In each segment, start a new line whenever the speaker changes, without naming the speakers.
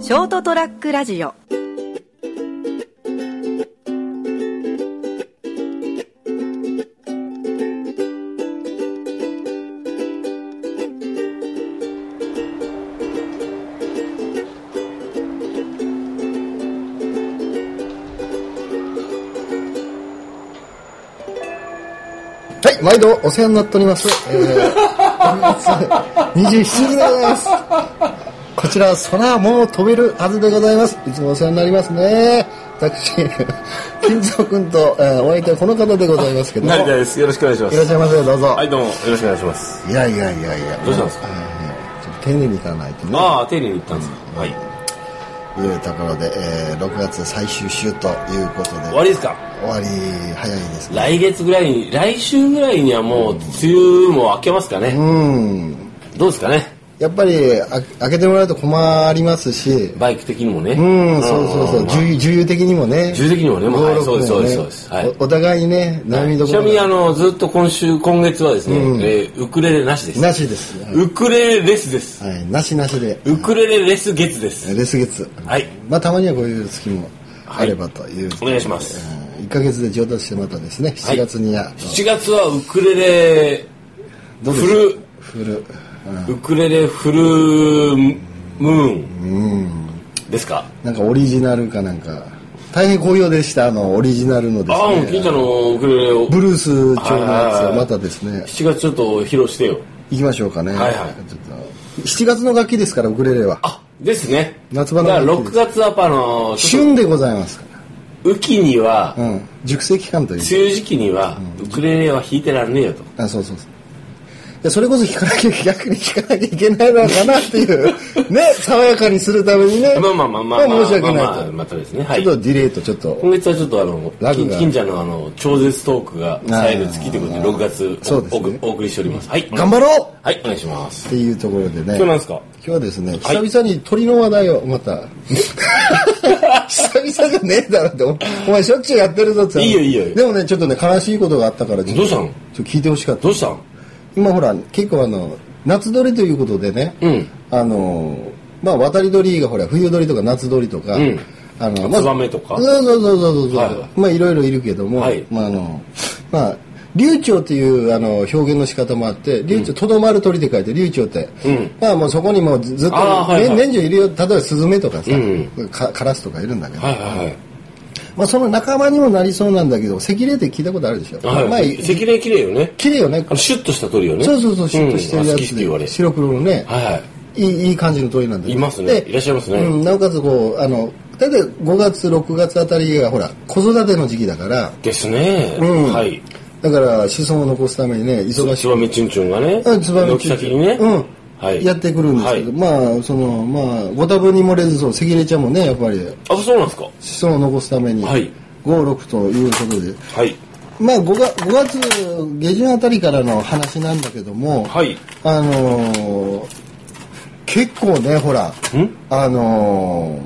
ショートトラックラジオ
はい、毎度お世話になっております。えー、 本日27時でございます。こちら、空もう飛べるはずでございます。いつもお世話になりますね。私、 金蔵君と、えーお相手はこの方でございますけども。
成
い
田
らっ
です。よろしくお願いします。
しゃいませ、どうぞ。
はい、どうも、よろしくお願いします。
いやいやいやいや。
どうしたんですか
えーちょっと丁寧にいかないとね。
ああ、丁寧に言ったんですか。はい。
というところで、えー6月最終週ということで。
終わりですか
終わり早いですね。
来月ぐらいに、来週ぐらいにはもう、梅雨も明けますか
う
ね。
ん。
どうですかね。
やっぱり、あ開けてもらうと困りますし、
バイク的にもね。
うん、そうそうそう、重油重油的にもね。
重油的にもねまあ
5
はいそうです
6ね
そうですそうですはい
おお互いにね、悩みど
ち
こ
な
ろ
みに、あ
が
の、ずっと今週、今月はですね、えーウクレレなしです。
なしです。は
ウクレレレスです。
いはい、なしなしで。
ウクレレレス月です。
レス月。
はい。
まあ、たまにはこういう月もあればという。
お願いします。
うん。1ヶ月で上達してまたですね、7月には、
7月はウクレレ、
どうで
フ
しょう
ル、
フル。うん
ウクレレフルムーンですか
なんかオリジナルかなんか、大変好評でした、あの、オリジナルので
ああ、もう
す
金
ね
ち。ゃんのウクレレを
ブルース調のやつ
は
を
い
またですね、
7月ちょっと披露してよ。
行きましょうかね。
はいはい
ちょっと7月の楽器ですから、ウクレレは。
あ、ですね。
夏場の
だから6月はやっぱあの、ちょっ
旬でございますから。
と雨季には、梅
うん、熟成期間という
雨時期には、ウクレレは弾いてらんねえよと。
あそうそうそういやそれこそ弾かなきゃ逆に弾かなきゃいけないのかなっていう ね爽やかにするためにね
まあまあまあまあまあ、
申し訳ない
まあまあ
と、
またですね。はい
ちょ。っとディレイとちょっと
今月はちょっとあの、
ラグ
金
が
金ちゃんのあの、超絶トークが冴える月ということで、6月
そうですね
おおお送りしております。はい。
頑張ろう
はい、お願いします。
っていうところでね
今日なん
今
ですか
日はですね久々に鳥の話題をまた久々じゃねえだろっておお前しょっちゅうやってるぞって
いいよいいよ
でもねちょっとね悲しいことがあったからど
どうした
ち
の
ょっと聞いてほしかった
どうしたん
今ほら結構あの夏鳥ということでね、
うん
あのまあ渡り鳥がほら冬鳥とか夏鳥とか、
うん
あの
ツバメとか
そうそうそうそうそう、
はいはい
まあいろいろいるけども、
はい
まああのまあ流暢というあの表現の仕方もあって流暢とど、まる鳥って書いて流暢って、
うん
まあもうそこにもうずずっと、
あーはいはい
ね年中いるよ例えばスズメとかさ、
うん
かカラスとかいるんだけど、
はいはいはい。
まあその仲間にもなりそうなんだけど赤霊って聞いたことあるでしょ、
はい、
まあい
赤霊綺麗よね。
綺麗よね
あの、シュッとした鳥よね。
そうそうそう、シュッとしてる
うん
や
あ好きって言わ
つ
れ
で、
る。
白黒のね、
はいはい。
いいいい感じの鳥なんだよ
いますね
で
いらっしゃいますね
うんなおかつこう、あの、大体5月、6月あたりがほら、子育ての時期だから、
ですね。
うん
はい。
だから子孫を残すためにね、忙し
ツバメチュンチュンがね。
く、つばめ
軒先にね。
うん。
はい。
やってくるんですけど、
はい
まあ、その、まあ、ご多分に漏れず、そう、関根ちゃんもね、やっぱり、
あ、そうなんですか。
子孫を残すために、
はい
5、6ということで、
はい。
まあ5月、5月下旬あたりからの話なんだけども、
はい。
あのー結構ねほら
ん
あの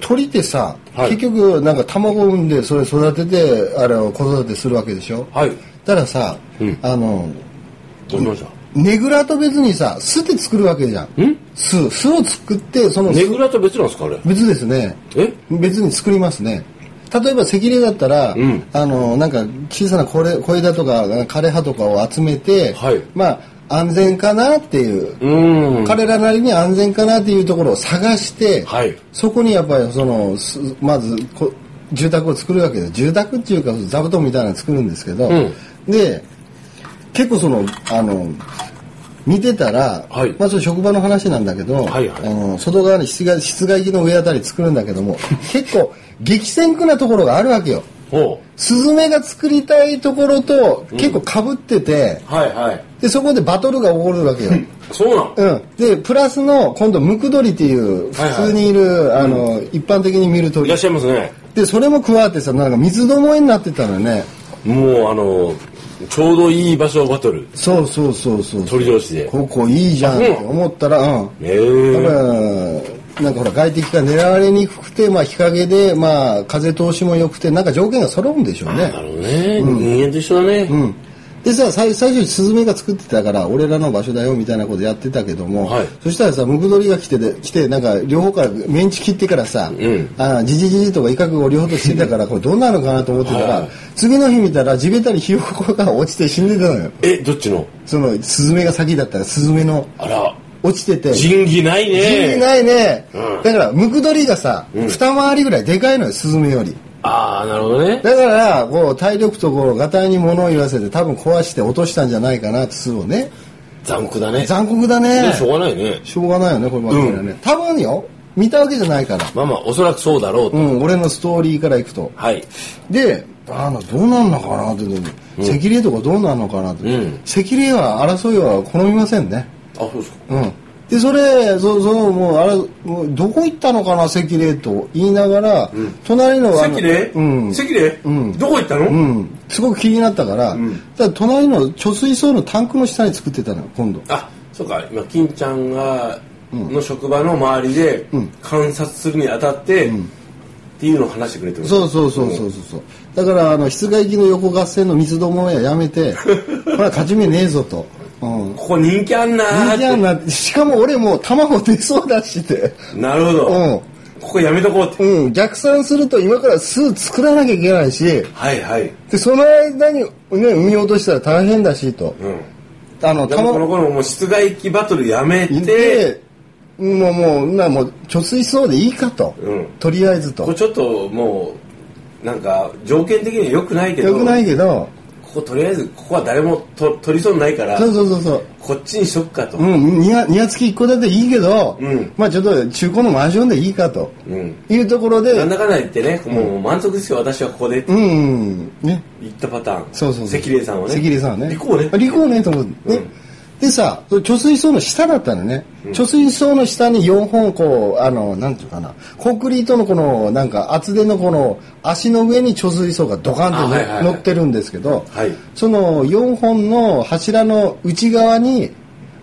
ー鳥ってさ、
はい
結局なんか卵を産んでそれ育ててあれを子育てするわけでしょ
はい。
たらさ、
うん
あのー
どうしまし
ねぐらと別にさ巣って作るわけじゃん
たん
巣巣を作ってその巣
ねぐらと別なんですか、あれ。
別ですね
え
別に作りますね例えば赤霊だったら、
うん
あのなんか小さな小枝小枝とか枯葉とかを集めて、
はい
まあ安全かなっていう
うーん。
彼らなりに安全かなっていうところを探して、
はい
そこにやっぱりそのすまずこ住宅を作るわけで住宅っていうか座布団みたいなの作るんですけど、
うん
で結構そのあの見てたら、
はい
まあ、それ職場の話なんだけど、
はいは
あ
い
の外側に室外室外機の上あたり作るんだけど も結構激戦区なところがあるわけよ。
ほ
スズメが作りたいところと結構かぶってて、
う。はいはい。
でそこでバトルが起こるわけよ。
そうなん。
うん、でプラスの今度ムクドリっていう
はいはい
普通にいる、あの一般的に見る
い
鳥
らっしゃいますね。
でそれも加わってさなんか三つどもえになってたのよね
もう、あの、ちょうどいい場所をバトル。
そうそうそうそう
鳥同士で。
ここいいじゃんって
うん
思ったらうん
え
だか
ー。
らなんかほら外敵が狙われにくくて、まあ、日陰で、まあ、風通しも良くてなんか条件が揃うんでしょうね
なるほどね。人間と一緒だね。
うん、でさ最最初にスズメが作ってたから俺らの場所だよみたいなことやってたけども、
はい
そしたらさムクドリが来てで来てなんか両方からメンチ切ってからさ、
ん
あのジジジジとか威嚇を両方としてた からこれどうなるのかなと思ってたら、
はい
次の日見たら地べたにひよこが落ちて死んでたのよ
え、どっちの
そのスズメが先だったらスズメの
あら、
落ちてて
仁義ないね。
人気ないね、
うん
だからムクドリがさ、二回りぐらいでかいのよスズメより
ああ、なるほどね。
だからこう体力とこうがたいに物を言わせて多分壊して落としたんじゃないかな巣をね
残酷だね。
残酷だ
ね
ね
しょうがないね。
しょうがないよねこればっかりはね、多分よ見たわけじゃないから
まあまあ、おそらくそうだろうと。
うん俺のストーリーからいくと
はい。
であのどうなんのかなって、赤霊とかどうなんのかなって、
うん
赤霊は争いは好みませんね
あ、そうですか。
うん、でそれそそのもうあれもうどこ行ったのかな関礼と言いながら、隣のあの
関礼
うん、
関礼
うん
どこ行ったの、
うん、すごく気になったから,、
ん
だから隣の貯水槽のタンクの下に作ってたのよ今度
あ、そうか、今、金ちゃんが、の職場の周りで
うん、
観察するにあたって、っていうのを話してくれてる
そうそうそうそうそうそうだからあの室外機の横合戦の三つどもえはやめ てこれは勝ち目ねえぞと。うん
ここ人気あんなー
い
っ
いじゃ
て。
んなってしかも俺もう卵出そうだしって、
なるほど。
うん
ここやめとこうって。
うん、逆算すると今から巣作らなきゃいけないし、
はいはい。
でその間にね産み落としたら大変だしと
うん。
あの
でもこの
卵
頃もう室外機バトルやめて、
でもうもうなもう貯水槽でいいかと、
うん
とりあえず
こことちょっともう、なんか、条件的には良くないけど、
よくないけど
こことりあえず、ここは誰もと取りそうにないから、
そうそうそうそう
こっちにしとくかと。
うん庭庭付き一戸建ていいけど、
うん
まあちょっと中古のマンションでいいかと、
うん
いうところで
なんだかんだ言ってね、もうもう満足ですよ、私はここでって
うんうんね
言ったパターン。
そうそうそう
関礼さんはね。
関礼さんはね
利口ね。
利口ねと思ってね、でさその貯水槽の下だったのね、貯水槽の下に4本こうあのなんていうかなコンクリートのこのなんか厚手のこの足の上に貯水槽がドカンと
あはいはいはい
乗ってるんですけど、
はい
その4本の柱の内側に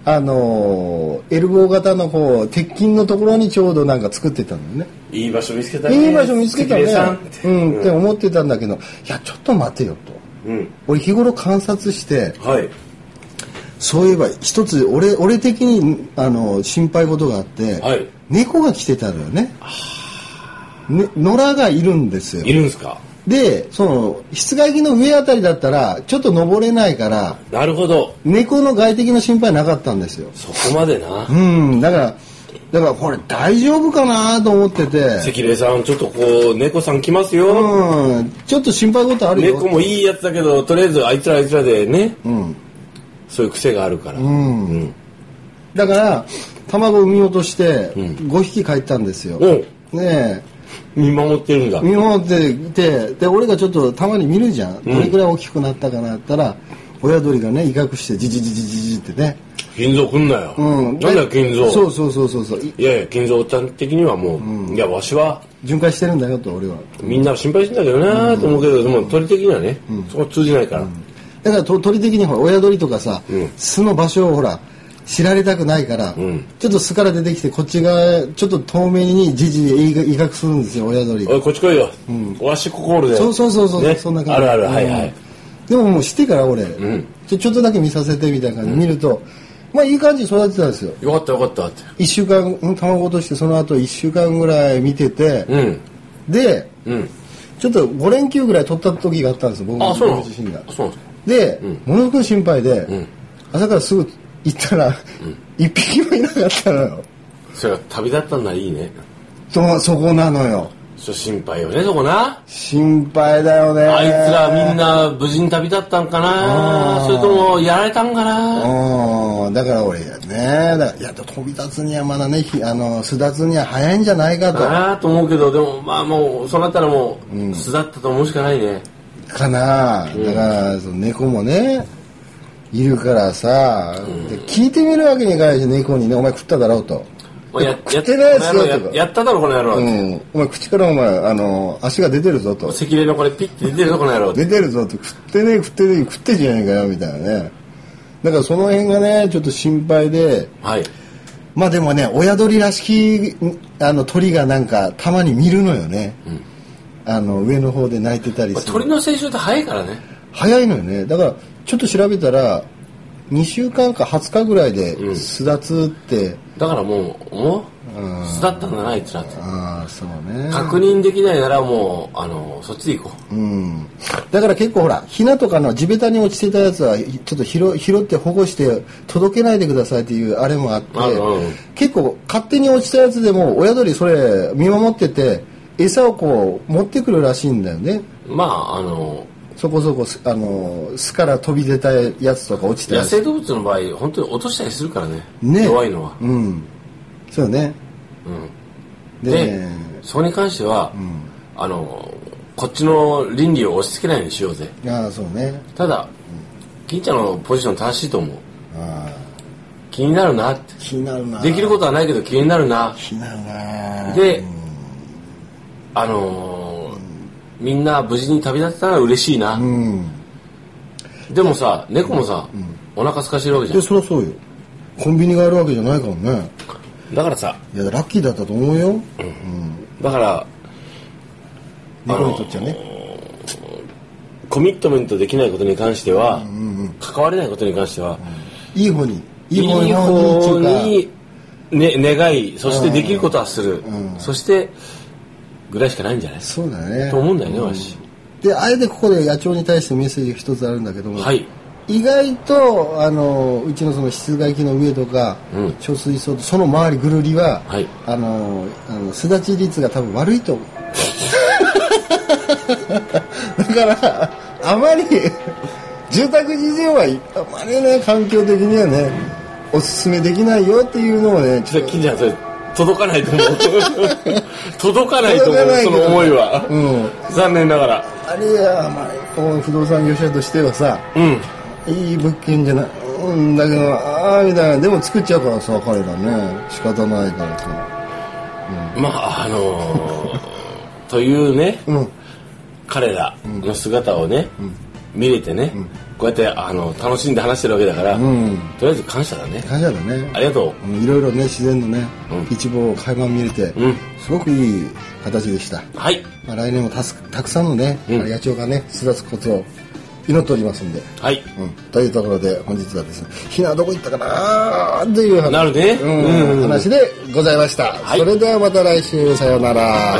あのエルボー型のこう鉄筋のところにちょうどなんか作ってたのね
いい場所見つけたね。
いい場所見つけたね
関礼さんって。
うん、って思ってたんだけどいやちょっと待てよと
うん。
俺日頃観察して
はい。
そういえば一つ俺俺的にあの心配事があって、
はい
猫が来てたのよねね野良がいるんですよ
いるんすか
でその室外機の上あたりだったらちょっと登れないから
なるほど。
猫の外敵の心配なかったんですよ
そこまでな。
うんだからだからこれ大丈夫かなと思ってて
関礼さん、ちょっとこう、猫さん来ますよ。
うんちょっと心配事あるよ
猫もいいやつだけど、とりあえずあいつらあいつらでね、
うん
そういう癖があるから。
うん
うん。
だから卵産み落として5匹帰ったんですよ、
うん。
ね
見守ってるんだ
え。見守っていてで俺がちょっとたまに見るじゃんどれくらい大きくなったかなったら、親鳥がね威嚇してジジジジジジってね、
金蔵来んなよ。
うん、
なんだよ金蔵。
そうそうそうそうそうい
いやいや、金蔵ちゃん的にはもう、いや、わしは、
巡回してるんだよと俺は
みんな心配してんだけどなーと思うけど、でも鳥的にはね、そこ通じないから。
だからと鳥的にほら親鳥とかさ、
うん
巣の場所をほら知られたくないから、
ん
ちょっと巣から出てきてこっち側ちょっと透明にジジ威嚇威嚇するんですよ親鳥が
おい、こっち来いよ。わしここおるで。
そうそうそうそう、
ね
そんな感じ
あるある、はいはい。
でももうしてから俺、
ん
ちょちょっとだけ見させてみたいな感じで見ると、まあいい感じに育てたんですよ
よかったよかったって。
1週間うん卵落としてその後1週間ぐらい見てて、
うん。
で
うん。
ちょっと5連休ぐらい取った時があったんですよ僕
あ、そうなの
僕自身が
そうなんです
で、ものすごく心配で、
ん
朝からすぐ行ったら、一匹もいなかったのよ
かそれは旅立ったんならいいね。
とそこなのよ
そう心配よね、そこな。
心配だよね
あいつらみんな無事に旅立ったんか
あ
な
ー
それともやられたんかな
うんだから俺ねだからいや飛び立つにはまだねひあの巣立つには早いんじゃないか
か
と
なと思うけど、でもまあもう、そうなったらもう、巣立ったと思うしかないね。
かなだから、その猫もねいるからさ、で聞いてみるわけにいかないし猫にね「お前食っただろ」うと
まあや
食ってないですよ
や
とか
やっただろ、この
「
野
う
郎。
ん、お前口からお前あの足が出てるぞ」と
赤霊のこれピッて出てるぞ、この野
「
郎
出てるぞ」と「食ってねえ食ってねえ食ってんじゃねえかよ」みたいなねだからその辺がねちょっと心配で
はい。
まあでもね親鳥らしきあの鳥がなんかたまに見るのよね、あの上の方で鳴いてたり
まあ
す
鳥
る
の成長って早いからね。
早いのよねだからちょっと調べたら2週間か20日ぐらいで巣立つって、
だからもう、もう、巣立ったんだな、あいつらって。
ああそうね
確認できないならもう、あの、そっちで行こう。
うんだから結構ほらひなとかの地べたに落ちてたやつはちょっと拾拾って保護して届けないでくださいっていうあれもあって
あうん
結構勝手に落ちたやつでも親鳥それ見守ってて餌をこう持ってくるらしいんだよね
まあ、あの、
そこそこすあの巣から飛び出たやつとか落ちた
野
やつ
生動物の場合、本当に落としたりするからね。
ね
弱いのは。
うんそうね
うん。
で
で、そこに関しては、あの、こっちの倫理を押し付けないようにしようぜ。
ああそうね
ただ、金ちゃんのポジション正しいと思う。
ああ
気になるなって。
気になるな
できることはないけど気になるな。
気になるな
で、あのーみんな無事に旅立てたら嬉しいな。
うん
でもさ、猫もさ、お腹空かしてるわけじゃ
でそりゃそうよコンビニがあるわけじゃないからね
ん。だからさ、
いやラッキーだったと思うよ
だから、
猫にとっちゃね
コミットメントできないことに関しては、関われないことに関しては、
いい方にい
い
い方に
い方
っていうか
に、ね、願い、そしてできることはする。そして、ぐらいしかないんじゃない
そうだね
と思うんだよね、わし。
であえてここで野鳥に対してメッセージが一つあるんだけども、
はい。
意外とあのうちのその室外機の上とか、
うん
貯水槽とその周りぐるりは、
はい
あのあの巣立ち率が多分悪いと思うだからあまり住宅事情はあまりね環境的にはねおすすめできないよっていうのをね
ち
ち
ょ
ょ
っ
っ
と
と
金ちゃん、それ、届かない と思う。届かないと思
届かな
う、
いけ
そ
ど
の思いは。
うん
残念ながら。
あるいはまあこう不動産業者としてはさ
うん。
いい物件じゃないうんだけどああみたいなでも作っちゃうからさ彼らね仕方ないからさ
まあ、あのーというね、
うん
彼らの姿をね、見れてね、こうやって、あの、楽しんで話してるわけだから、
うん
とりあえず感謝だね。
感謝だね
ありがと
うんいろいろね自然のね、
うん
一望を垣間見れて、
うん
すごくいい形でした、
う。はい。
まあ、来年もたすたくさんのね、
うん
野鳥がね巣立つことを祈っておりますんで、
はい。
うん、というところで本日はですねひなはどこ行ったかなーという話
なるね
うん
うん
話でございました、
い
それではまた来週さようなら、